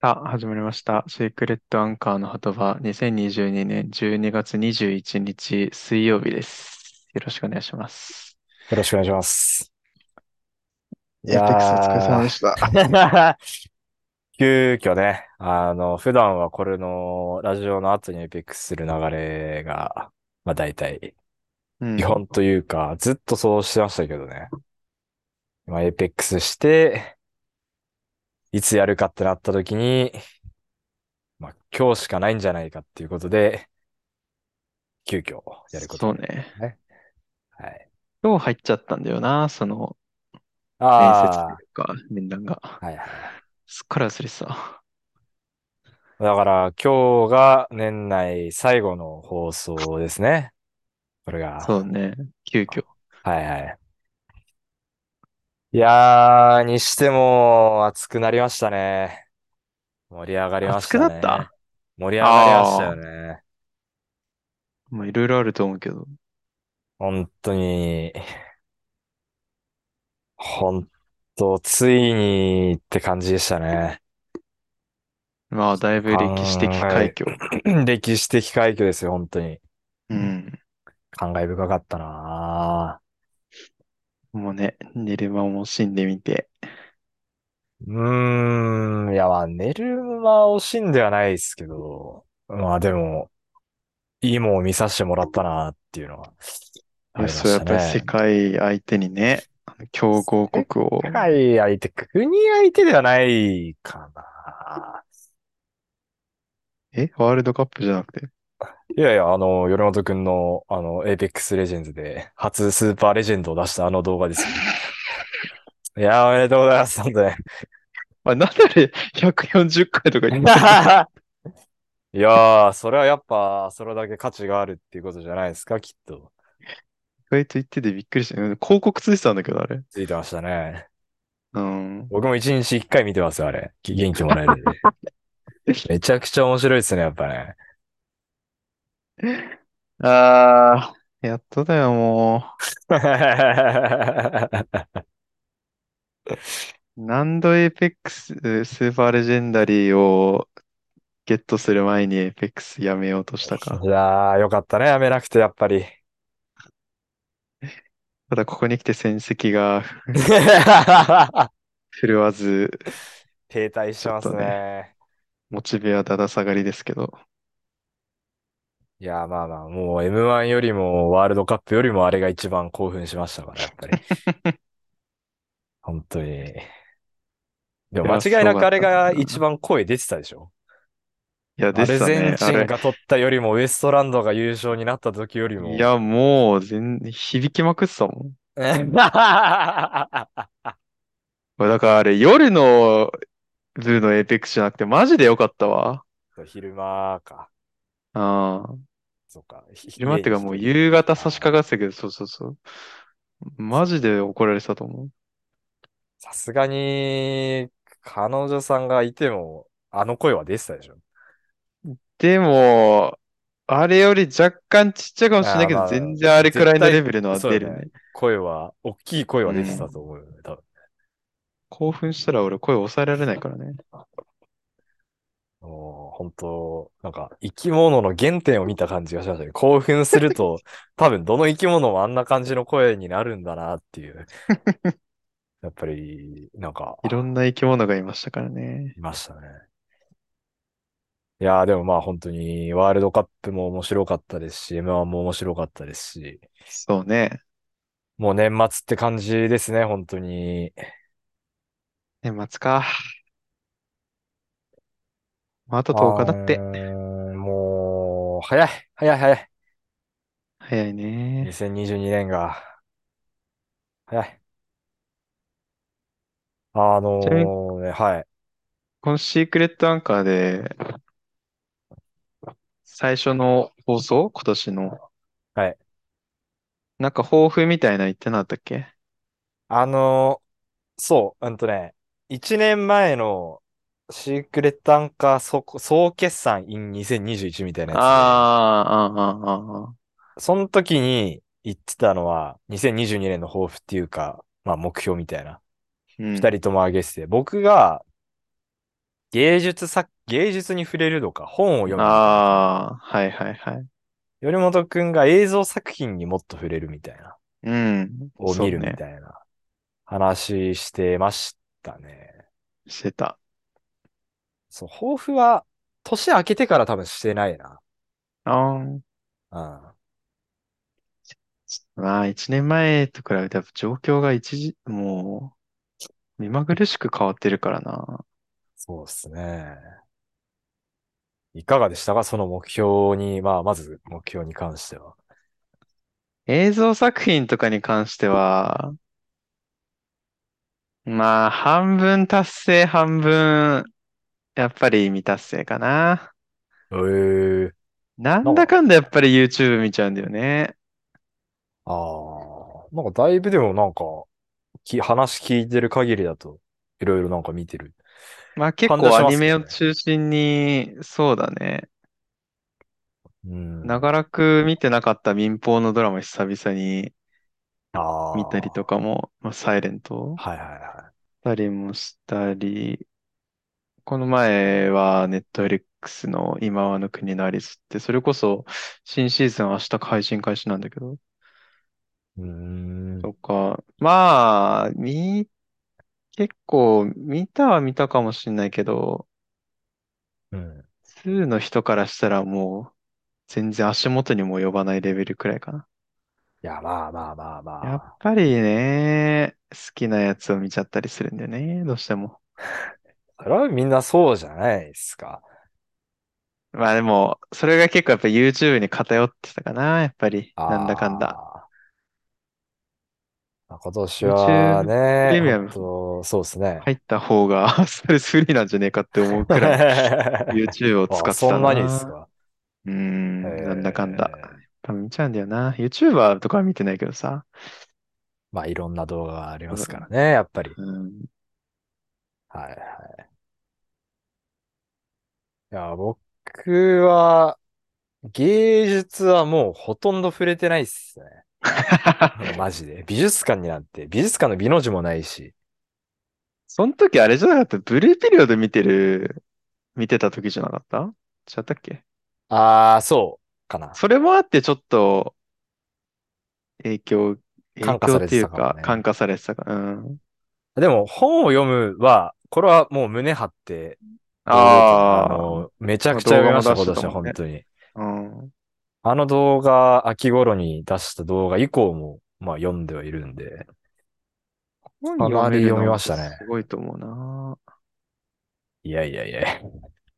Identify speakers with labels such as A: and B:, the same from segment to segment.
A: あ、始まりました。シークレットアンカーの波止場、2022年12月21日水曜日です。よろしくお願いします。
B: よろしくお願いします。い
A: アーペックスお疲れ様
B: や
A: でした。
B: ー、急遽ね、あの、普段はこれのラジオの後にエイペックスする流れが、まあ大体、
A: う
B: 基
A: ん。
B: 本というか、ずっとそうしてましたけどね。まあエイペックスして、いつやるかってなった時に、まあ今日しかないんじゃないかっていうことで、急遽やること
A: そう
B: になり
A: ね。
B: ましたね。はい。
A: 今日入っちゃったんだよな、その面接とい
B: あ
A: うか、面談が。
B: あ、はいはいはい。
A: すっから忘れてた。
B: だから今日が年内最後の放送ですね。これが。
A: そうね。急遽。
B: はいはい。いやー、にしても熱くなりましたね。盛り上がりま
A: 暑
B: し
A: く
B: た
A: なっ
B: ね。
A: た
B: 盛り上がりました
A: あ
B: よ
A: あ。
B: ね。
A: まあ、いろいろあると思うけど。
B: 本当に、本当、ついにって感じでしたね。
A: まあ、だいぶ
B: 考
A: 歴史的快
B: え、
A: 挙。
B: 歴史的快挙ですよ、本当に。
A: うん。
B: 感慨深かったなぁ。
A: もうね、寝ればも惜しんでみて。
B: うーん、いや、まあ、寝る間惜しんではないですけど、まあでも、いいもんを見させてもらったなっていうのは
A: で
B: あります
A: そう、
B: し
A: やったぱり世
B: ね。
A: 界相手にね、あの強豪
B: 世
A: 国を、
B: 界相手、国相手ではないかな。
A: え、ワールドカップじゃなくて、
B: いやいや、あの、米本くんの、あの、エイペックスレジェンズで、初スーパーレジェンドを出したあの動画ですよ。いやー、おめでとうございます、本当 に。
A: あ、なんであれ140回とか言ってん の
B: いやー、それはやっぱ、それだけ価値があるっていうことじゃないですか、きっと。
A: 意外と言っててびっくりした。うん広告ついてたんだけど、あれ。
B: ついてましたね。
A: うん。
B: 僕も一日一回見てますよ、あれ。き元気もらえるんで。めちゃくちゃ面白いですね、やっぱね。
A: ああ、やっとだよ、もう。何度エイペックス、スーパーレジェンダリーをゲットする前にエイペックスやめようとした
B: い
A: か。
B: やー、よかったね、やめなくて、やっ ぱり。
A: ただ、ここに来て戦績が振るわず、
B: 停滞し
A: ち
B: て
A: ょっ
B: ま
A: と
B: す
A: ね、
B: ね。
A: モチベはだだ下がりですけど。
B: いやー、まあまあ、もう M1 よりも、ワールドカップよりも、あれが一番興奮しましたから、やっぱり。 本当に。で
A: い
B: も、
A: や、す
B: 間違い
A: ごか
B: なく
A: っ
B: あれ
A: たな。
B: が一番声出てたでしょ
A: いや、
B: ア
A: で
B: ル
A: した
B: ゼン
A: ね。あ
B: チン
A: れ。
B: が取ったよりも、ウエストランドが優勝になった時より
A: い
B: も、
A: や、もう、全、響きまくってたもん。これだからあれ、夜の部のエイペックスじゃなくて、マジでよかったわ。
B: そう 昼間か。
A: ああ。
B: そうか。ひ
A: 昼間っ
B: 家
A: て
B: に
A: いうか
B: 一
A: もう
B: 人
A: 夕
B: で。
A: 方差し
B: あ
A: 掛
B: ー
A: かってたけど、そうそうそう。マジで怒られてたと思う。
B: さすがに、彼女さんがいても、あの声は出てたでしょ。
A: でも、あれより若干ちっちゃいかもしれな
B: あ
A: い
B: あ、
A: けど、
B: ま
A: 全
B: あ、
A: 然あれく
B: 絶
A: らいのレ
B: 対、
A: ベルのは
B: そう
A: 出
B: よ
A: る
B: ね。
A: ね。
B: 声は、大きい声
A: う
B: は出てた
A: ん。
B: と思うよね、多分。
A: 興奮したら俺声抑えられないからね。
B: もう、本当なんか、生き物の原点を見た感じがしましたね。興奮す ると、多分、どの生き物もあんな感じの声になるんだなっていう。 やっぱり、なん
A: いろ
B: か、
A: んな生き物がいましたからね。
B: いましたね。いやーでもまあ本当にワールドカップも面白かったですし、M1 も面白かったですし、
A: そうね。
B: もう年末って感じですね、本当に。
A: 年末か。まあ、あと
B: あ
A: 10日だって。
B: ー、もう、早い、早い、早い。
A: 早いね。
B: 2022年が、早い。あ
A: ちなみに、
B: のね、はい。
A: このシークレットアンカーで、最初の放送、今年の、
B: はい。
A: なんか抱負みたいなの言ってなかったっけ
B: あのーそう、うんとね、1年前のシークレットアンカー総、総決算 in 2021みたいなやつで、
A: あーあー、あーあー、あ
B: その時に言ってたのは、2022年の抱負っていうか、まあ目標みたいな、
A: ーう
B: 二
A: ん、
B: 人とも挙げてて、僕が芸術作、芸術に触れるとか、本を読むとか。
A: ああ、はいはいはい。
B: 頼本くんが映像作品にもっと触れるみたいな、
A: うん。
B: を
A: そ
B: 見
A: う
B: るみ
A: ね。
B: たいな話してましたね。
A: してた。
B: そう、抱負は、年明けてから多分してないな。
A: あー
B: うん。
A: まあ、一年前と比べてやっぱ状況が一時、もう、目まぐるしく変わってるからな。
B: そうですね。いかがでしたかその目標に、まあ、まず目標に関しては。
A: 映像作品とかに関しては、まあ、半分達成、半分、やっぱり未達成かな。
B: ええ
A: な
B: なんん
A: だ
B: か、
A: かんだやっぱり YouTube 見ちゃうんだよね。
B: ああ、なんかだいぶでもなんか、き、話聞いてる限りだと、いろいろなんか見てる
A: まあ結
B: 感じは
A: 構
B: し
A: ア
B: ま
A: ニ
B: すけ
A: メ
B: ど
A: を
B: ね。
A: 中心に、そうだね。
B: うん。
A: 長らく見てなかった民放のドラマ久々に
B: あ
A: 見たりと
B: あ、
A: かも、まあ、サイレント
B: はいはいはい。
A: たりもしたり、この前はネットフリックスの今はの国のアリスって、それこそ新シーズン明日配信開始なんだけど、
B: うーん。
A: とか、まあ、み、結構見たは見たかもしんないけど、
B: うん。
A: 2の人からしたらもう全然足元にも及ばないレベルくらいかな。
B: いや、まあまあまあま
A: やっ
B: あ。
A: ぱりね、好きなやつを見ちゃったりするんだよね、どうしても。
B: それはみんなそうじゃないですか。
A: まあでも、それが結構やっぱ YouTube に偏ってたかな、やっぱり。なんだかんだ。
B: ああ。まあ今年は
A: YouTube プ
B: ね、
A: レミア
B: 本
A: ム
B: 当そうですね。
A: 入った方が ストレスフリーなんじゃねえかって思うくらい YouTube を
B: あ、
A: 使って
B: そ
A: た
B: んなにです
A: な。
B: か。
A: うー
B: え
A: ん、なんだかんだ。やっ
B: ー、
A: ぱ見ちゃうんだよな。YouTuber とかは見てないけどさ。
B: まあいろんな動画があり
A: う
B: ますから
A: ん、
B: ね、やっぱり。
A: うん
B: はいはい。いや、僕は芸術はもうほとんど触れてないっすね。いや、マジで。美術館になって、美術館の美の字もないし。
A: その時あれじゃなかったブルーピリオド見てる、見てた時じゃなかった違ったっけ
B: ああ、そうかな。
A: それもあってちょっと影響、影
B: 感化
A: 響
B: さ
A: っ
B: れ
A: て
B: て
A: いう
B: たかも
A: か感
B: ね。
A: 化されてたか。うん。
B: でも本を読むは、これはもう胸張って堂々と、あ
A: ああ、
B: の、めちゃ
A: まあ、
B: くちゃ
A: 動
B: 読
A: 画
B: みま
A: も
B: した、
A: 出してた
B: 今年
A: も
B: は
A: ん
B: 本
A: ね。
B: 当に。
A: うん。
B: あの動画、秋頃に出した動画以降も、まあ読んではいるんで、
A: 本
B: か
A: 読
B: な
A: め
B: り
A: る
B: 読み
A: の
B: ま
A: っ
B: してたね。
A: すごいと思う な。
B: いやいやい や。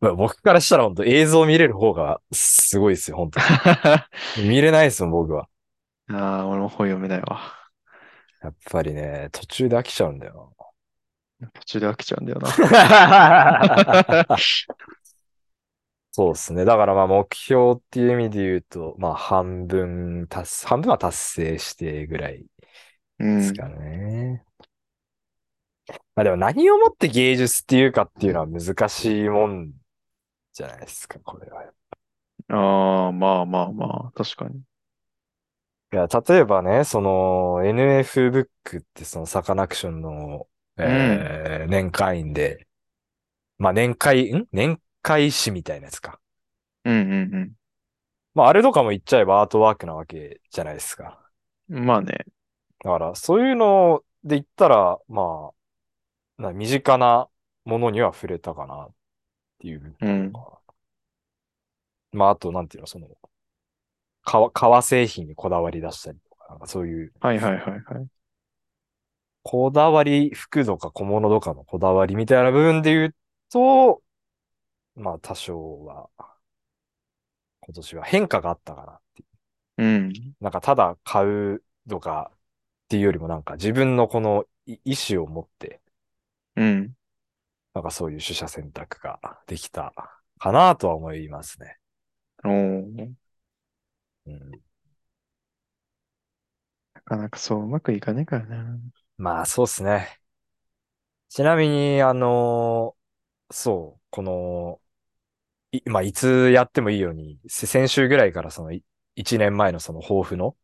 B: まあ僕からしたら本当映像見れる方がすごいですよ、本当に。
A: あ
B: 見れないですもん、僕は。
A: あ、俺も本読めないわ。
B: やっぱりね、途中で飽きちゃうんだよ
A: 途中で飽きちゃうんだよ な。
B: な。そうですね。だからまあ目標っていう意味で言うと、まあ半分達す、半分は達成してぐらいで
A: う
B: す
A: ん。
B: かね。まあでも何をもって芸術っていうかっていうのは難しいもんじゃないですか、これは。い
A: ああ、まあまあまあ、確かに。
B: や、例えばね、その NF ブックってそのサカナクションの、
A: うん。
B: えー年会員で、まあ年会、ん年会誌みたいなやつか。
A: うんうん
B: まああれとかも言っちゃえばアートワークなわけじゃないですか。
A: うん。まあね。
B: だから、そういうので言ったら、まあ、な身近なものには触れたかなっていう
A: う
B: と
A: ん。
B: か。まあ、あと、なんていうの、その、革、革製品にこだわり出したりとか、なんかそういう、
A: はいはいはいはい。
B: こだわり、服とか小物とかのこだわりみたいな部分で言うと、まあ、多少は、今年は変化があったかなっていう
A: うん。
B: なんか、ただ買うとかっていうよりも、なんか自分のこのい意思を持って、
A: うん。
B: なんかそういう取捨選択ができたかなとは思いますね。
A: おー
B: うん、
A: なかなかそううまくいかないからな。
B: まあそうですね。ちなみに、あのーそう、この、い、まあいつやってもいいように、せ先週ぐらいからそのい1年前のその抱負の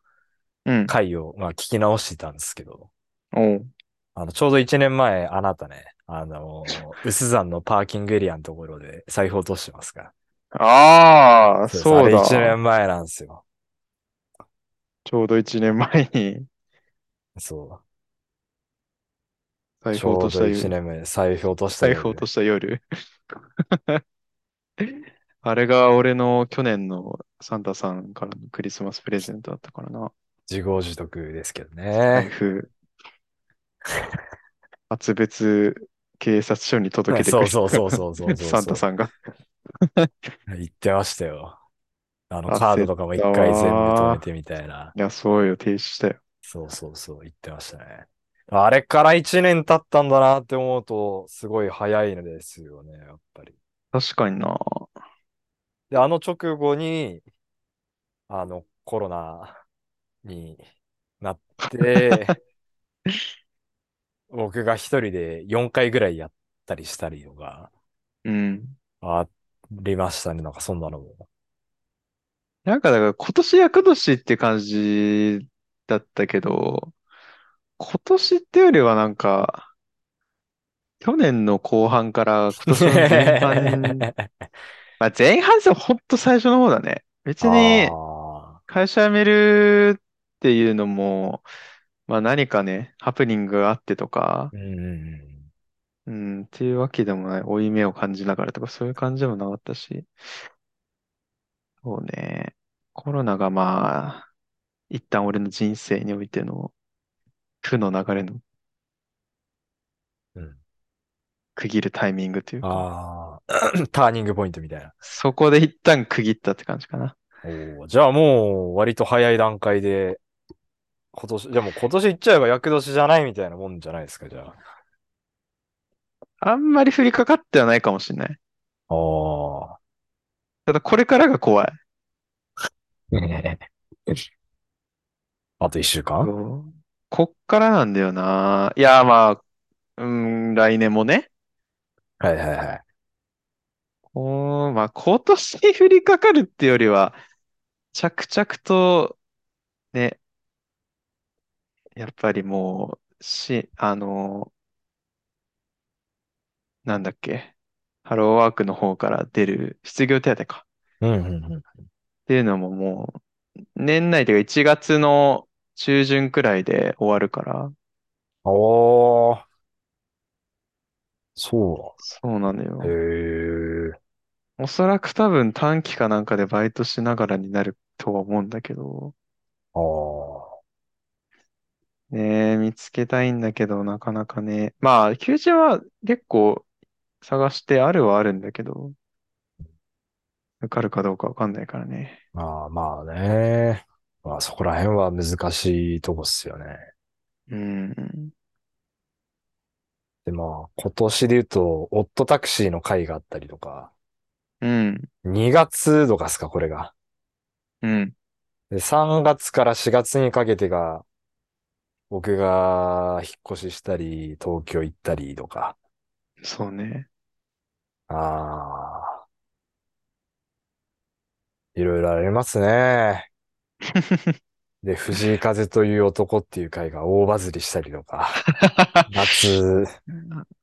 A: うん。
B: 回をまあ聞き直してたんですけど、
A: おう。
B: あの、ちょうど1年前、あなたね、あの、 薄山のパーキングエリアのところで財布落としてますから。
A: ああ、そう
B: です
A: だ。
B: あれ1年前なんですよ。
A: ちょうど1年前に
B: そ
A: 財
B: う。ち
A: 布
B: ょ
A: 落と
B: うど
A: した夜
B: 1年前、財布落とした
A: 財
B: 夜
A: 布落とした 夜。あれが俺の去年のサンタさんからのクリスマスプレゼントだったからな。
B: 自業自得ですけど
A: 財
B: ね。
A: 布、厚別警察署に届けてく
B: そ
A: れ
B: うそうそうそうそうそう
A: る。 サンタさんが。
B: 言ってましたよ。あの、
A: 焦
B: カードとかも一回全部止めてみたいな。
A: いや、そうよ、停止したよ。
B: そうそうそう、言ってましたね。あれから1年経ったんだなって思うと、すごい早いのですよね、やっぱり。
A: 確かにな。
B: で、あの直後に、あの、コロナに なって、僕が一人で4回ぐらいやったりしたりとか、
A: うん。
B: ありましたね、なんかそんなのも。
A: なんか、だから今年厄年って感じだったけど、今年ってよりはなんか、去年の後半から今年の前半、まあ前半戦ほんと最初の方だね。別に
B: あ
A: 会社辞めるっていうのも、まあ何かね、ハプニングがあってとか、
B: ーうんうんうん。
A: うん、っていうわけでもない、負い目を感じながらとかそういう感じでもなかったし、そうね、コロナがまあ、一旦俺の人生においての負の流れの
B: うん
A: 区切るタイミングというか、
B: ああ、ターニングポイントみたいな。
A: そこで一旦区切ったって感じかな。
B: おーじゃあもう割と早い段階で、今年、じゃあもう今年行っちゃえば厄年じゃないみたいなもんじゃないですか、じゃあ。
A: あんまり降りかかってはないかもしれない。
B: ああ。
A: ただこれからが怖い。
B: あと一週間
A: そうこっからなんだよな。いや、まあ、うーん、来年もね。
B: はいはいはい。
A: おーまあ、今年降りかかるってよりは、着々と、ね、やっぱりもう、し、あのーなんだっけ、ハローワークの方から出る失業手当か。
B: うんうんうん。
A: っていうのももう、年内というか1月の中旬くらいで終わるから、
B: おー、そ
A: そうなのよ。
B: う。へえ。
A: おそらく多分短期かなんかでバイトしながらになるとは思うんだけど、
B: ああ。
A: ねえ、見つけたいんだけど、なかなかね。まあ、求人は結構探してあるはあるんだけど、受かるかどうかわかんないからね。
B: まあまあね。まあそこら辺は難しいとこっすよね。
A: うん。
B: でまあ今年で言うと、オットタクシーの会があったりとか、
A: うん。
B: 2月とかっすか、これが。
A: うん。
B: で、3月から4月にかけてが、僕が引っ越ししたり、東京行ったりとか。
A: そうね。
B: ああ。いろいろありま すね。で、藤井風という男っていう回が大バズりしたりと か、夏、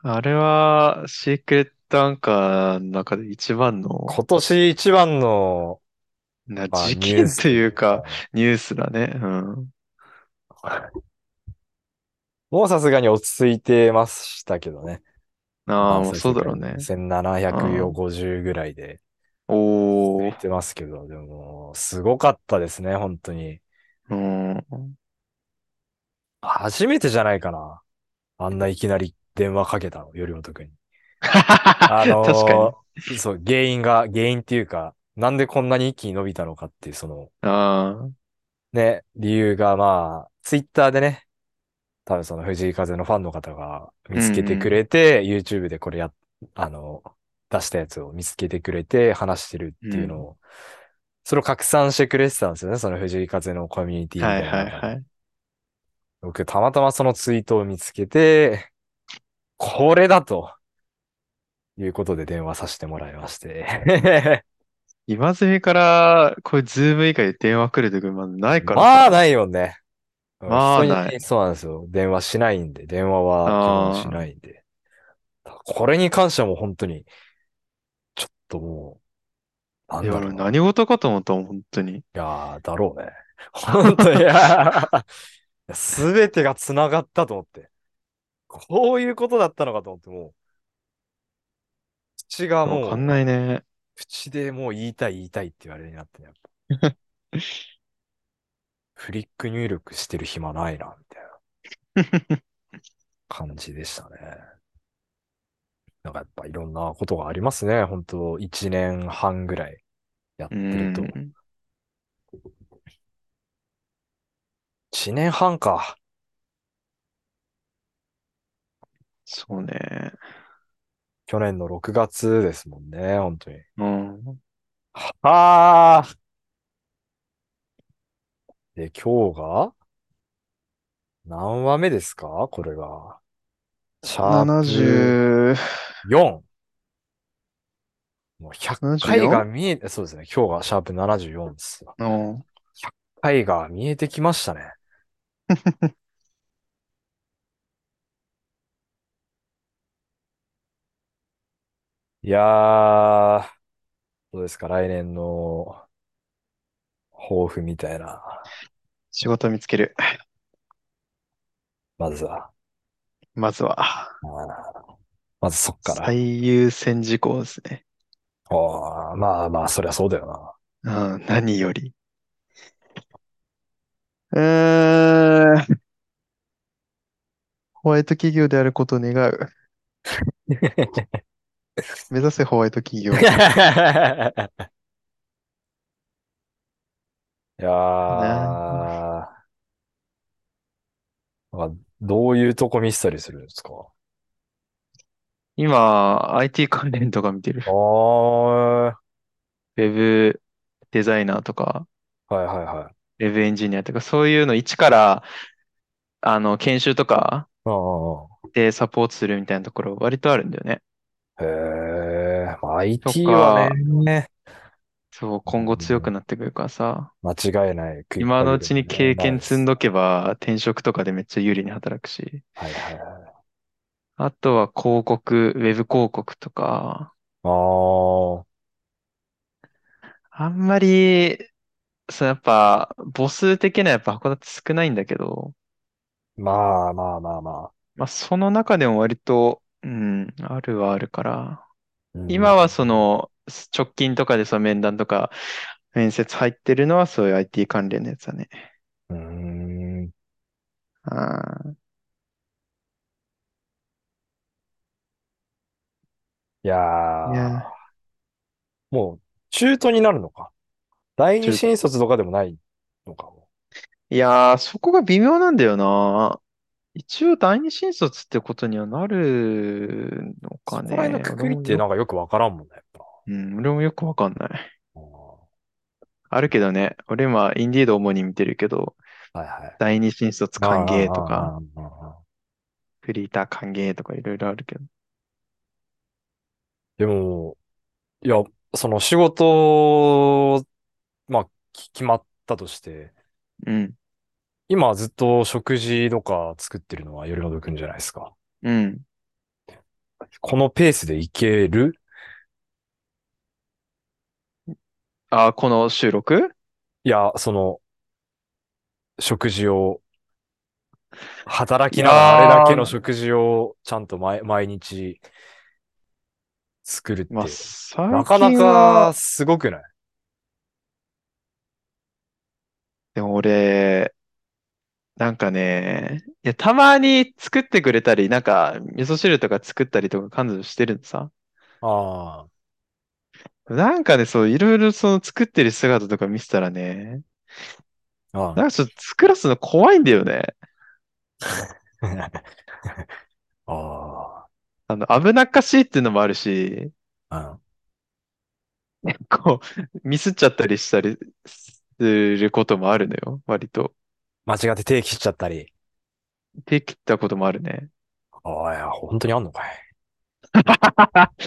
A: あれは、シークレットアンカーの中で一番の、
B: 今年一番の、
A: な、
B: まあ
A: 事
B: ニ
A: 件
B: ュース
A: というか、、ニュースだね。うん。
B: もうさすがに落ち着いてましたけどね。
A: ああ、
B: ま
A: もうそうだろうね。
B: 1750ぐらいで
A: お
B: 言
A: お
B: っ、てますけど、でも、すごかったですね、本当に。
A: うん。
B: 初めてじゃないかな。あんないきなり電話かけたの、よりも特に。あの
A: 確かに。
B: ーそう、原因が、原因っていうか、なんでこんなに一気に伸びたのかっていう、その、
A: ああ、
B: ね、理由が、まあ、ツイッターでね、多分その藤井風のファンの方が見つけてくれて、YouTube でこれや、あの、出したやつを見つけてくれて話してるっていうのを、それを拡散してくれてたんですよね、その藤井風のコミュニティみ
A: は
B: た
A: いは
B: いな中
A: い
B: で。
A: はい。
B: 僕、たまたまそのツイートを見つけて、これだと、いうことで電話させてもらいまして。
A: 今住みから、こういうズーム以外で電話来るときまだないから
B: まあ、
A: さ。
B: ないよね。
A: まあ
B: 人に
A: ない
B: そうなんですよ。電話しないんで、電話は基本しないんで。これに関してはもう本当に、ちょっともう、なん
A: いや、
B: だろ
A: 俺
B: うな。い
A: 何事かと思ったもん、本当に。
B: やーだろうね。本当に、いやすべてが繋がったと思って。こういうことだったのかと思って、もう、口
A: わ
B: が
A: か
B: も
A: ん
B: う、
A: ない ね。
B: 口でもう言いたい言いたいって言われるようになってね、やっぱ。 フリック入力してる暇ないな、みたいな感じでしたね。なんかやっぱいろんなことがありますね。本当一年半ぐらいやっ
A: う
B: てると。
A: ん。
B: 一年半か。
A: そうね。
B: 去年の6月ですもんね、本当に。
A: うん。
B: はあ。で、今日が何話目ですかこれが。シャープ
A: 70、
B: 4。もう100回が
A: 74?
B: 見え、そうですね。今日がシャープ74です。
A: うん。
B: 回が見えてきましたね。いやー、どうですか来年の抱負みたいな。
A: 仕事見つける。
B: まずは。
A: まずは、
B: あーまずそっから。
A: 最優先事項ですね。
B: あーまあまあ、そりゃそうだよな。
A: うん、何より。うーん、ホワイト企業であることを願う。目指せホワイト企業。
B: いやー、なんかどういうとこ見せたりするんですか
A: 今、IT 関連とか見てる
B: あ。あ、は
A: ウ
B: い
A: ェブデザイナーとか、
B: はいはい。
A: ウェブエンジニアとか、そういうの一から、あの、研修とか
B: うんうんうん
A: でサポートするみたいなところ割とあるんだよね。
B: へえ、まあ、
A: と
B: IT は
A: か、
B: ね、
A: そう、今後強くなってくるからさ、
B: 間違いない。クイッ
A: 今
B: ク
A: の
B: ア
A: う
B: ビ
A: ち
B: リ
A: に
B: ティ
A: 経
B: はない
A: 験
B: で
A: 積ん
B: す。
A: どけば、転職とかでめっちゃ有利に働くし、
B: はいはいはい。
A: あとは広告、ウェブ広告とか、
B: ああ、
A: あんまり、そう、やっぱ、母数的なやっぱ函館少ないんだけど、
B: まあまあまあまあ。
A: まあ、その中でも割と、うん、あるはあるから、
B: うん
A: 今はそ、の、直近とかでその面談とか、面接入ってるのはそういう IT 関連のやつだね。
B: うーん、
A: あー
B: いや
A: い
B: ー、
A: や、
B: もう、中途になるのか。第二
A: 中
B: 新卒とかでもないのかも。
A: いやー、そこが微妙なんだよな。一応第二新卒ってことにはなるのか
B: そこら辺の
A: ね。
B: く
A: 俺
B: くりっ
A: も
B: てな
A: よ、
B: んかよくわからんもんね、やっぱ。
A: うん、俺もよくわかんない。
B: うん
A: あるけどね、俺今、インディード主に見てるけど、
B: はいはい
A: 第二新卒。
B: あ
A: 歓
B: あ、
A: 迎と
B: ああ、あ
A: か、
B: あああ
A: フリーター歓迎とかいろいろあるけど。
B: でも、いや、その仕事、まあ、き決まったとして、
A: うん、
B: 今ずっと食事とか作ってるのは頼信くんじゃないですか。
A: うん。
B: このペースでいける
A: あー、この収録
B: いや、その、食事を、働
A: い
B: きながらあれだ
A: や
B: けの
A: ー、
B: 食事をちゃんと毎、毎日作るっ
A: まあ、
B: て、な
A: 最
B: かな
A: 近
B: か
A: は、
B: すごくない
A: でも俺、なんかね、いや、たまに作ってくれたり、なんか、味噌汁とか作ったりとか彼女してるのさ。
B: ああ、
A: なんかね、そう、いろいろその作ってる姿とか見せたらね、な
B: あ
A: んかちょっと作らすの怖いんだよね。
B: あ。 あ
A: あの、危なっかしいっていうのもあるし、
B: あ、うん
A: こう、ミスっちゃったりしたりすることもあるのよ、割と。
B: 間違って定期しちゃったり。
A: できたこともあるね。
B: ああ、いや、本当にあんのかい。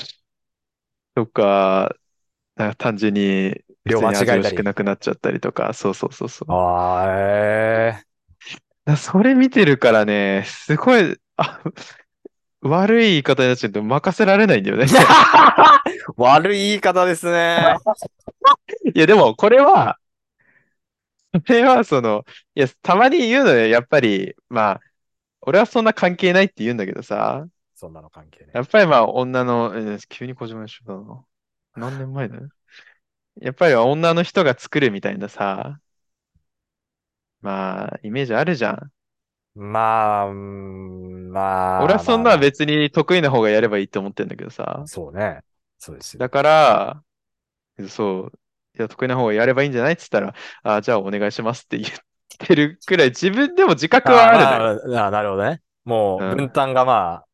A: とか、なんか単純に、普
B: 量
A: 通
B: 間
A: に味
B: 違え
A: を
B: た
A: しく
B: り。
A: なくなっちゃったりとか、そうそうそうそう。
B: ああ、ええ
A: だそれ見てるからね、すごい、あ、悪い言い方になっちゃうと任せられないんだよ ね。
B: 悪い言い方ですね。
A: いや、でもこれは、これはその、いや、たまに言うのよ。やっぱり、まあ、俺はそんな関係ないって言うんだけどさ、
B: そんなの関係ね
A: や。っぱりまあ、女の、えー急に小島よしおだな。何年前だよ。やっぱり女の人が作るみたいなさ、まあ、イメージあるじゃん。
B: まあ、うーんまあ。
A: 俺はそんな
B: まあ
A: は別に得意な方がやればいいって思ってんだけどさ。
B: そうね。そうですよ。
A: だから、そう、いや、得意な方がやればいいんじゃないっつったら、あじゃあお願いしますって言ってるくらい、自分でも自覚はあるのよ。
B: あまああなるほどね。も
A: う
B: う、
A: ん
B: 分担がま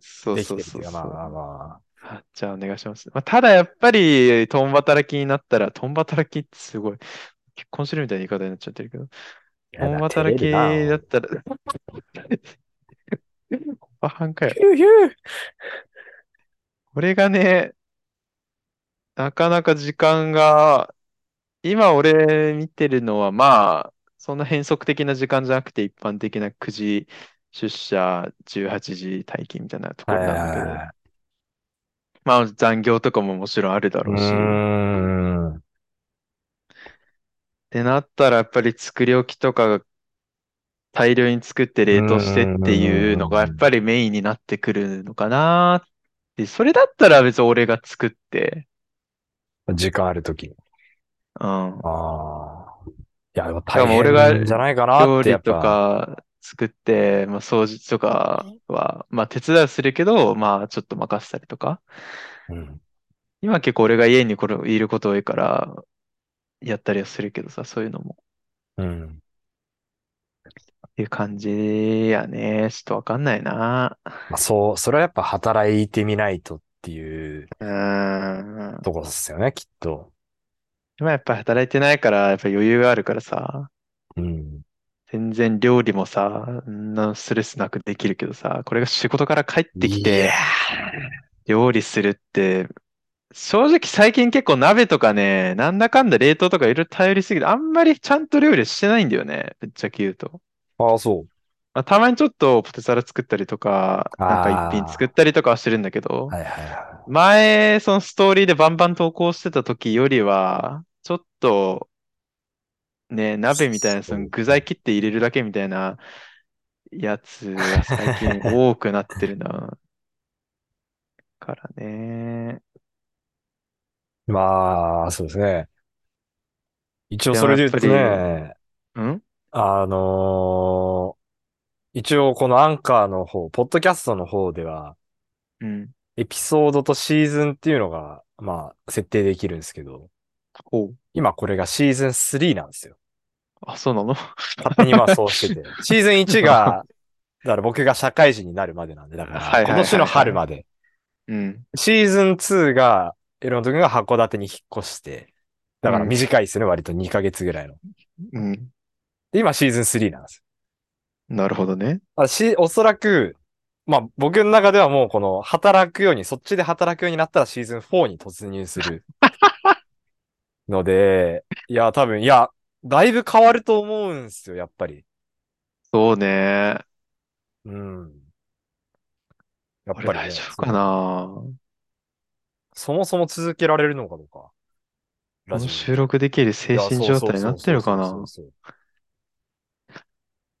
A: そ
B: あ、
A: う
B: でき
A: そ
B: て
A: う
B: るっ
A: そ
B: ていうう
A: そ
B: か、
A: う。
B: まあまあま
A: あじゃあお願いします。まあ、ただやっぱり、共働きになったら、共働きってすごい、結婚してるみたいな言い方になっちゃってるけど、
B: あ。
A: 共働きだったら、バカ 半かよ。
B: ヒューヒュー
A: 俺がね、なかなか時間が、今俺見てるのはまあ、そんな変則的な時間じゃなくて一般的な9時出社、18時退勤みたいなとこ
B: は
A: ろ
B: い
A: なんだ
B: は
A: け
B: い
A: ど、
B: はい。
A: まあ残業とかももちろんあるだ
B: う
A: ろうし、っ
B: ーん。
A: てなったらやっぱり作り置きとかが大量に作って冷凍してっていうのがやっぱりメインになってくるのかなって、それだったら別に俺が作って、
B: 時間あるときに。
A: うん。
B: ああ。いや、でも
A: しか
B: 大
A: も俺が
B: 変じゃないかな
A: 料
B: って、や
A: 理
B: っ
A: と
B: ぱ。
A: か作って、まあ、掃除とかは、まあ、手伝いはするけど、まあ、ちょっと任せたりとか。
B: うん。
A: 今結構俺が家にこれいること多いから、やったりはするけどさ、そういうのも。
B: うん。
A: っていう感じやね。ちょっとわかんないな。
B: まあ、そう、それはやっぱ働いてみないとっていう
A: うーん。
B: ところですよね、きっと。
A: 今やっぱ働いてないから、やっぱ余裕があるからさ、
B: うん。
A: 全然料理もさ、んなストレスなくできるけどさ、これが仕事から帰ってき
B: い
A: て
B: や、
A: 料理するって、正直最近結構鍋とかね、なんだかんだ冷凍とかいろいろ頼りすぎて、あんまりちゃんと料理してないんだよね、ぶっちゃけ言うと。
B: ーああ、そう。
A: まあ、たまにちょっとポテサラ作ったりとか、なんか一品作ったりとかはしてるんだけど、
B: はいはいは
A: 前、そのストーリーでバンバン投稿してた時よりは、ちょっと、ね、鍋みたいな、その具材切って入れるだけみたいなやつが最近多くなってるな。からね。
B: い。まあ、そうですね。一応
A: でも
B: それで言うと
A: やっぱう
B: ね、
A: ん
B: あのー一応このアンカーの方、ポッドキャストの方では、
A: うん。
B: エピソードとシーズンっていうのが、まあ、設定できるんですけど、
A: ほう。
B: 今これがシーズン3なんですよ。
A: あ、そうなの
B: 勝手にまあそうして て。シーズン1が、だから僕が社会人になるまでなんで、だ
A: は
B: か
A: いはい
B: ら、
A: はいは
B: 今
A: い
B: 年の春まで。
A: うん。
B: シーズン2が、エロン君が函館に引っ越して、だから短いですね、割と2ヶ月ぐらいの。
A: うん。
B: で、今シーズン3なんですよ。
A: なるほどね。
B: あし、おそらく、まあ僕の中ではもうこの働くように、そっちで働くようになったらシーズン4に突入 する。ので、いや、多分、いや、だいぶ変わると思うんですよ、やっぱり。
A: そうね。
B: うん。やっ
A: 俺
B: ぱりね、
A: 大丈夫かな
B: そもそも続けられるのかどうか。
A: こ
B: ラジ
A: の
B: オ
A: 収録できる精神状態になってるかな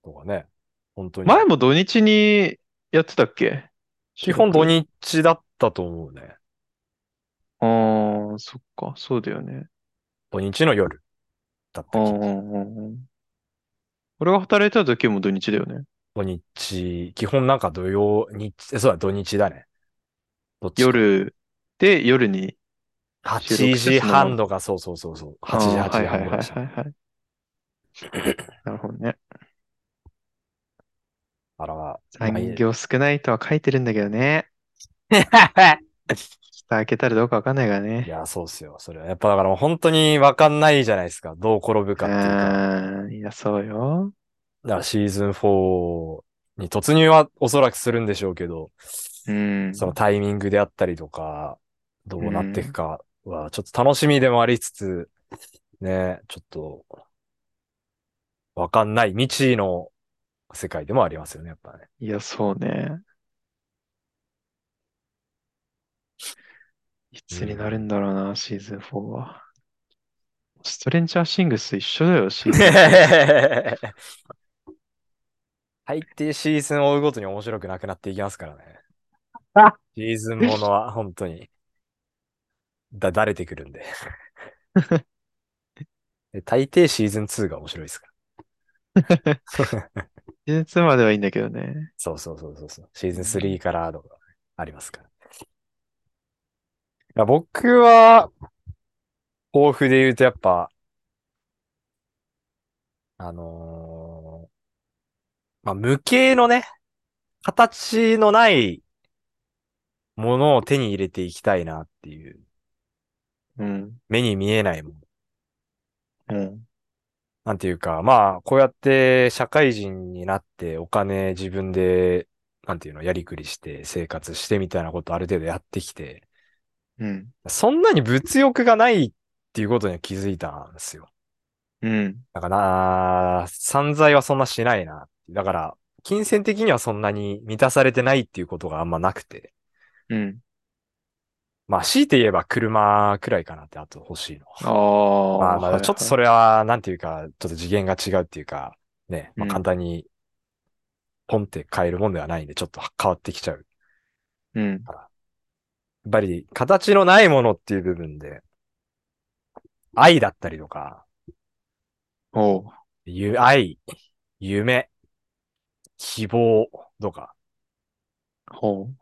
B: とかね。本当に。
A: 前も土日にやってたっけ
B: 基本土
A: 日。
B: 日だったと思うね。
A: ああ、そっか、そうだよね。
B: 土日の夜だった
A: う
B: 気
A: んうんうんうん。俺が働いてた時も土日だよね。
B: 土日、基本なんか土曜、日、えそうだ、土日だね。どっちか
A: 夜で夜に。収
B: 8
A: 録して
B: 時
A: そのまま
B: 半とか、そうそうそうそう。
A: あ
B: 8時、
A: あ
B: 8
A: はい
B: 時
A: はいは
B: 半
A: いは
B: とか
A: い
B: でした。
A: はい。 なるほどね。
B: あら、まあいい
A: 残業少ないとは書いてるんだけどね。蓋開けたらどうかわかんないから
B: い
A: ね。
B: や、そうっすよ。それは。やっぱだからもう本当にわかんないじゃないですか。どう転ぶ
A: う
B: かっていうか。
A: ーん、いや、そうよ。
B: だからシーズン4に突入はおそらくするんでしょうけど、
A: うん。
B: そのタイミングであったりとか、どうなっていくかは、ちょっと楽しみでもありつつ、ね、ちょっと、わ かんない未知の世界でもありますよね、やっぱね。
A: いや、そうね。
B: う。
A: つになんるんだろうな、シーズン4は。ストレンジャーシングスと一緒だよ、シーズン4。
B: 大抵シーズンを追うごとに面白くなくなっていきますからね。
A: あ
B: シーズンものは本当に、だ、だれてく るんで。で大抵シーズン2が面白いですから。
A: シーズン2まではいいんだけどね。
B: そうそうそうそうそう。シー
A: う
B: ズン
A: ん
B: 3からのがありますから。いや僕は、抱負で言うとやっぱ、あのーまあ、無形のね、形のないものを手に入れていきたいなっていう、
A: うん、
B: 目に見えないもの。
A: うん、
B: なんていうか、まあ、こうやって社会人になってお金自分で、なんていうの、やりくりして生活してみたいなことある程度やってきて、
A: うん、
B: そんなに物欲がないっていうことには気づいたんですよ。
A: うん、
B: だからな、散財はそんなしないな。だから、金銭的にはそんなに満たされてないっていうことがあんまなくて。
A: うん。
B: まあ、強いて言えば車くらいかなって、あと欲しいの。
A: あ
B: ま
A: あ、
B: あ、まあ、
A: はい
B: ちょっと
A: は
B: そ
A: い。
B: れは、なんていうか、ちょっと次元が違うっていうか、ね、
A: う
B: まあ、簡
A: ん、
B: 単にポンって買えるもんではないんで、ちょっと変わってきちゃう
A: うん、
B: から。やっぱり、形のないものっていう部分で、愛だったりとか、
A: おう、
B: ゆ、愛、夢、希望とか、
A: ほう。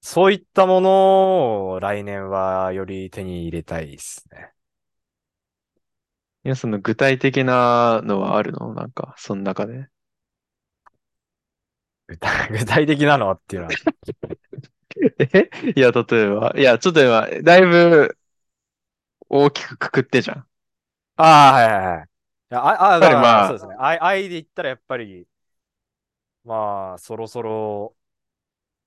B: そういったものを来年はより手に入れたいですね。
A: いや、その具体的なのはあるのなんか、その中で。
B: 具体 具体的なのはっていうのは、
A: えいや、例えば。いや、ちょっと今、だいぶ大きくくくってじゃん。
B: ああ、はいはいはい。いやあ、あ、
A: やっ
B: だ
A: ぱり
B: から、
A: まあ、
B: そうですね。愛、愛で言ったらやっぱり、まあ、そろそろ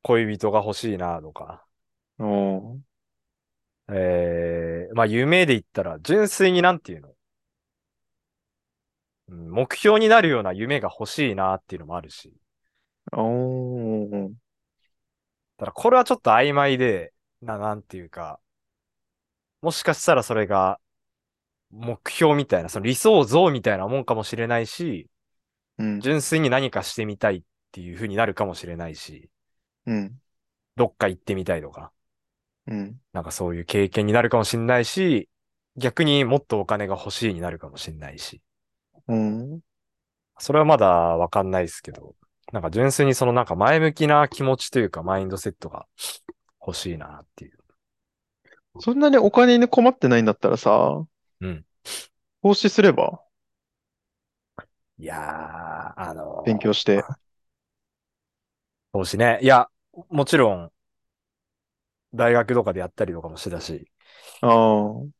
B: 恋人が欲しいなとか、
A: おう、
B: ええまあ、夢で言ったら、純粋になんていうの、うん目標になるような夢が欲しいなっていうのもあるし、
A: おう、
B: ただこれはちょっと曖昧で、な、なんていうか、もしかしたらそれが目標みたいな、その理想像みたいなもんかもしれないし、
A: うん、
B: 純粋に何かしてみたいっていう風になるかもしれないし、
A: うん、
B: どっか行ってみたいとか、
A: うん。
B: なんかそういう経験になるかもしれないし、逆にもっとお金が欲しいになるかもしれないし、
A: うん。
B: それはまだわかんないですけど、なんか純粋にそのなんか前向きな気持ちというかマインドセットが欲しいなっていう。
A: そんなにお金に困ってないんだったらさ、
B: うん。
A: 投資すれば、
B: いやー、あ
A: 勉強
B: の
A: して。
B: ー、投資ね。いや、もちろん大学とかでやったりとかもしてたし、
A: ああ、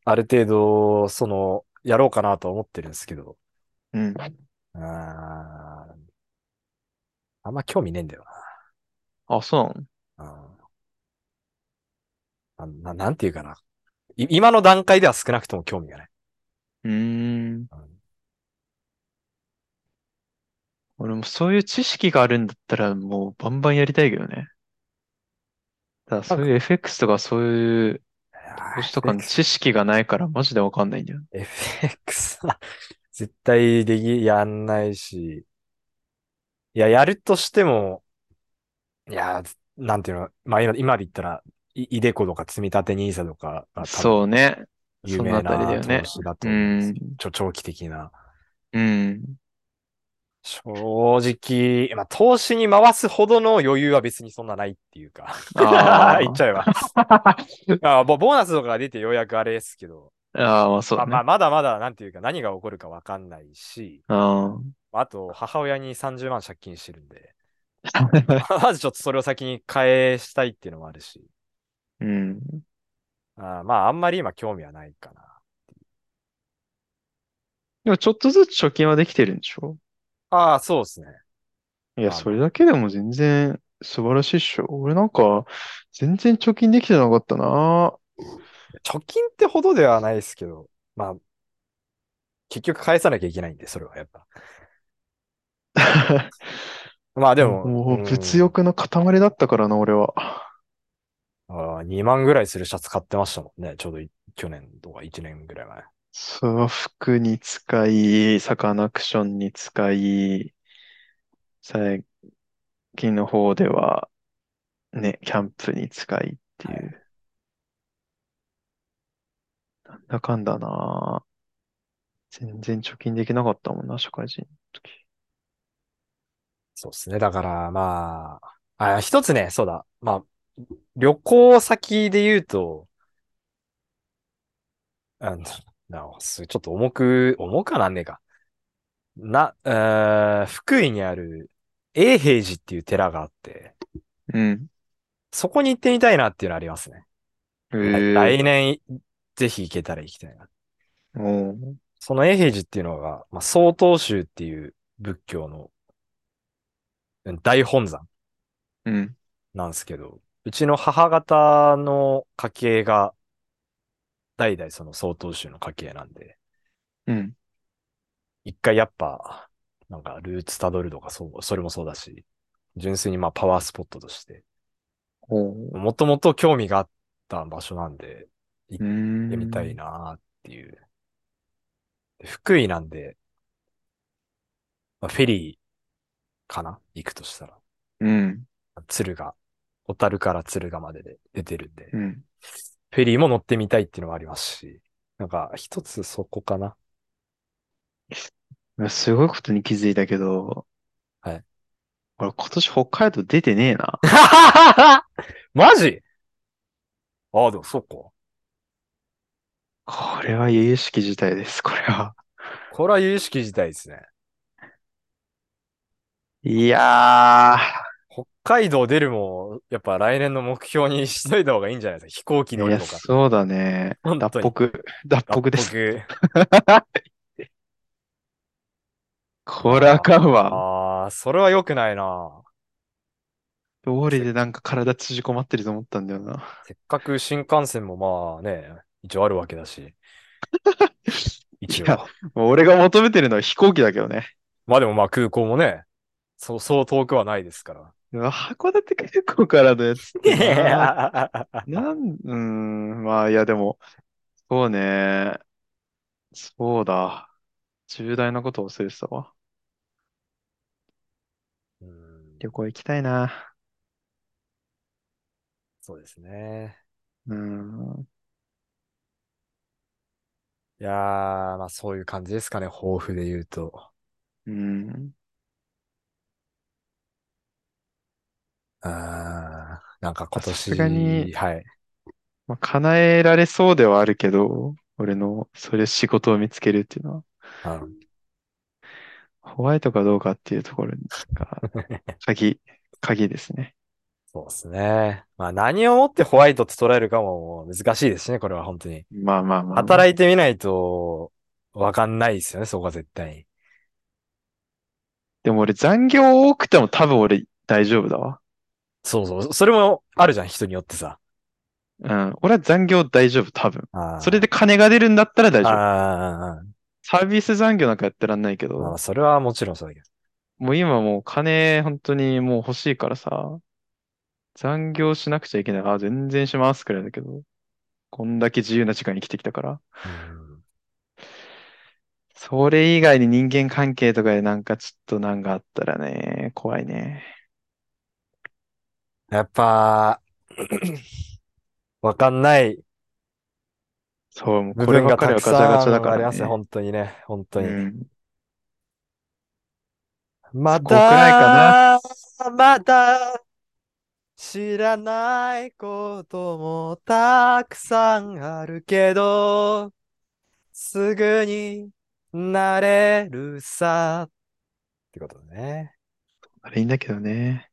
B: ある程度、その、やろうかなとは思ってるんですけど、
A: うん。
B: うーん、あんま興味ねえんだよ
A: あ、そうなの
B: な。うんあな、なんていうかな。い今の段階では少なくとも興味がない。
A: うーん。
B: うん
A: 俺もそういう知識があるんだったらもうバンバンやりたいけどね。ただ
B: なん
A: そう
B: か、
A: いう FX とかそういう投資とかの
B: FX、
A: 知識がないからマジでわかんないんだよ。
B: FX は絶対でき、やんないし、いや、やるとしても、いや、なんていうの、まあ今、今で言ったら、い、イデコとか積み立て NISA とかが多分
A: そうね。
B: 有
A: その
B: 名
A: あたりだ
B: な
A: よ
B: 投
A: ね。
B: 資だ
A: う
B: と思うんで
A: ー
B: す。
A: ん。
B: ちょ、長期的な。
A: うん。
B: 正直、まあ、投資に回すほどの余裕は別にそんなないっていうか 言っ
A: あ
B: ちゃえば。
A: あ。
B: まあ、ボボーナスとかが出てようやくあれですけど、
A: ああ、まあそう
B: まあ、
A: だ
B: まあ、
A: ね。
B: まだまだなんていうか何が起こるかわかんないし、
A: ああ。
B: あと、母親に30万借金してる んで、まずちょっとそれを先に返したいっていうのもあるし、
A: うん。
B: あーまあ、あんまり今興味はないかな。
A: でもちょっとずつ貯金はできてるんでしょ
B: ああ、そうですね。
A: いや、
B: あ
A: それ
B: の、
A: だけでも全然素晴らしいっしょ。俺なんか、全然貯金できてなかったな。
B: 貯金ってほどではないですけど、まあ、結局返さなきゃいけないんで、それはやっぱ。まあでも、う
A: もう物
B: ん。
A: 欲の塊だったからな、俺は。
B: ああ、2万ぐらいするシャツ買ってましたもんね。ちょうどい去年とか1年ぐらい前。
A: その服に使い、サカナクションに使い、最近の方では、ね、キャンプに使いって。
B: はいいう
A: なんだかんだな。全然貯金できなかったもんな、社会人の時。
B: そうですね。だからまあ、あ、一つね、そうだ。まあ、旅行先で言うと、あの、なすちょっと重く、重かなんねえか。な、えー福井にある永平寺っていう寺があって、
A: うん。
B: そこに行ってみたいなっていうのありますね。来
A: ええ
B: 来年、ぜひ行けたら行きたいな。
A: おう
B: その永平寺っていうのが、まあ、曹洞宗っていう仏教のうん大本山
A: うん。
B: なんですけど、うちの母方の家系が代々その曹洞宗の家系なんで、
A: うん。
B: 一回やっぱ、なんかルーツたどるとかそう、それもそうだし、純粋にまあパワースポットとして、
A: おう。
B: もともと興味があった場所なんで、
A: うー
B: 行ってみたい
A: ん。
B: なっていう。で福井なんで、まあ、フェリーかな行くとしたら。
A: うん。
B: 敦賀、小樽から敦賀までで出てるんで、
A: うん。
B: フェリーも乗ってみたいっていうのもありますし、なんか一つそこ かな。
A: いやすごいことに気づいたけど、
B: はい
A: 俺今年北海道出てねえ な。
B: マジああ、でもそうか。
A: これは由々しき事態です、これは。
B: これは有意識自体ですね。
A: いやー、
B: 北海道出るも、やっぱ来年の目標にしといた方がいいんじゃないですか。飛行機
A: い
B: 乗る
A: や、
B: とか。
A: そうだね。
B: 本
A: 脱
B: 当に。
A: 北、脱
B: 脱
A: 北で
B: 北
A: す。これあ
B: あ
A: かんわ。
B: あー、それは良くないな。
A: どれでなんか体縮こまってると思ったんだよな。
B: せっかく新幹線もまあね、一応あるわけ だし、
A: い
B: 一
A: や、
B: 応。
A: もう俺が求めてるのは飛行機だけどね。
B: まあでもまあ空港もね、そう、そう遠くはないですから。
A: うわ函館空港からのやつってな。
B: い
A: なん、うーん、まあ、いや、でも、そうね。そうだ。重大なことを忘れてたわ。
B: うーん
A: 旅行行きたいな。
B: そうですね。
A: うーん。
B: いやー、まあそういう感じですかね、抱負で言うと。
A: うん。
B: あーなんか今
A: さすがに、
B: 年、はい。
A: まあ、叶えられそうではあるけど、俺の、それ仕事を見つけるっていうのは、
B: あの
A: ホワイトかどうかっていうところが、 鍵、鍵ですね。
B: そうですね。まあ何をもってホワイトと捉えるかももう難しいですしね、これは本当に。
A: まあまあまあまあ。
B: 働いてみないとわかんないですよね、そこは絶対に。
A: でも俺残業多くても多分俺大丈夫だわ。
B: そうそう、それもあるじゃん、人によってさ。
A: うん。俺は残業大丈夫、多分。それ
B: あ
A: で金が出るんだったら大
B: あ、
A: 丈夫。
B: あー
A: サービス残業なんかやってらんないけ
B: まあ、
A: ど、
B: それはもちろんそうだけど。
A: もう今もう金本当にもう欲しいからさ、残業しなくちゃいけない。あ、全然しますくらいだけど、こんだけ自由な時間に生きてきたから。
B: うん
A: それ以外に人間関係とかでなんかちょっとなんかあったらね、怖いね。
B: やっぱ、 わかんない
A: そう、もう
B: 部
A: これ
B: 分
A: ばっ
B: が
A: かり
B: た
A: は
B: く
A: ガチャガチャ
B: さ
A: だ
B: ん
A: か
B: あり
A: ら
B: ますね、
A: ね。
B: 本当にね、本当
A: う
B: に。
A: ん。
B: ま
A: そこくらいかな。
B: だ、まだ、知らないこともたくさんあるけど、すぐになれるさ。ってことだね。
A: あれいいんだけどね。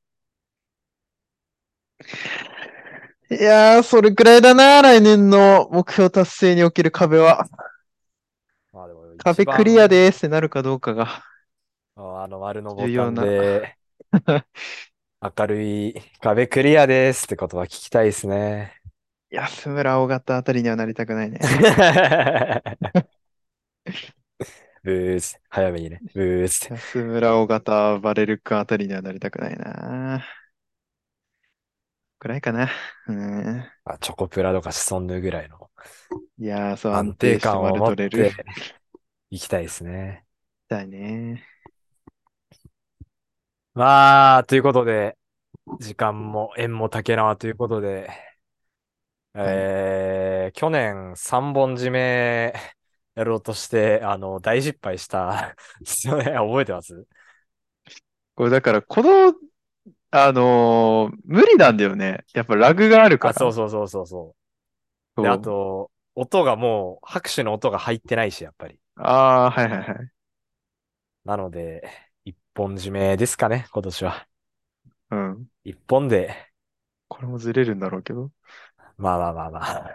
A: いやー、それくらいだな、来年の目標達成における壁は。
B: まあでも、一
A: 壁クリア
B: 番、
A: ですってなるかどうかが
B: あの丸のボ
A: 重
B: タ
A: 要
B: ン
A: な。
B: で、明るい壁クリアですってことは聞きたいですね。
A: 安村、尾形あたりにはなりたくない ね。
B: ブース。早めにね。ブース。
A: 安村、尾形、バレル君あたりにはなりたくないな。くらいかな。うん。
B: まあ、チョコプラとかシソンヌぐらいの
A: いやー、そう、安
B: 安
A: 定
B: 定
A: して
B: 感
A: ま
B: を
A: で
B: 持っ
A: 取れる。
B: ていきたいですね。
A: だね。
B: まあ、ということで、時間も縁も竹縄ということで、
A: はい。
B: えー、去年3本締めやろうとして、あの、大失敗した ですよね。覚えてます
A: これだから、この、あのー無理なんだよね。やっぱラグがあるか
B: あ、そう
A: ら。
B: そうそうそうそう。で、あ
A: そう。
B: と、音がもう、拍手の音が入ってないし、やっぱり。
A: ああ、はいはいはい。
B: なので、一本締めですかね、今年は。
A: うん。
B: 一本で、
A: これもずれるんだろうけど。
B: まあまあまあまあ。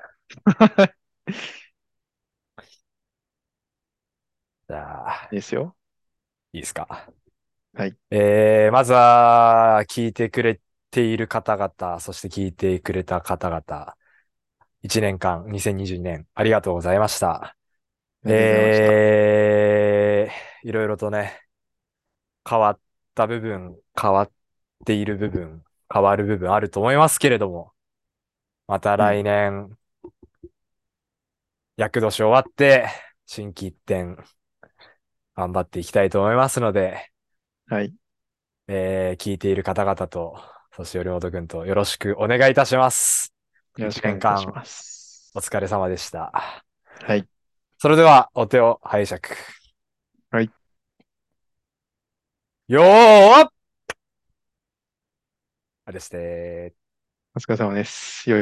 B: じゃあ、
A: ですよ。
B: いいですか。
A: はい。
B: えー、まずは、聞いてくれている方々、そして聞いてくれた方々、1年間、2022年、ありがとうございました。
A: ありがとうございました。
B: えー、いろいろとね、変わった部分、変わっている部分、変わる部分あると思いますけれども、また
A: うん。
B: 来年、厄年終わって、心機一転、頑張っていきたいと思いますので、
A: はい。
B: えー、聞いている方々と、そして頼本くんとよろしくお願いいたします。
A: よろ
B: 1
A: しくお
B: 年
A: 願いいたし
B: 間、
A: ま
B: お
A: す。
B: 疲れ様でした。
A: はい。
B: それでは、お手を拝借。
A: はい。
B: よーっあれしてー。
A: お疲れ様です。良い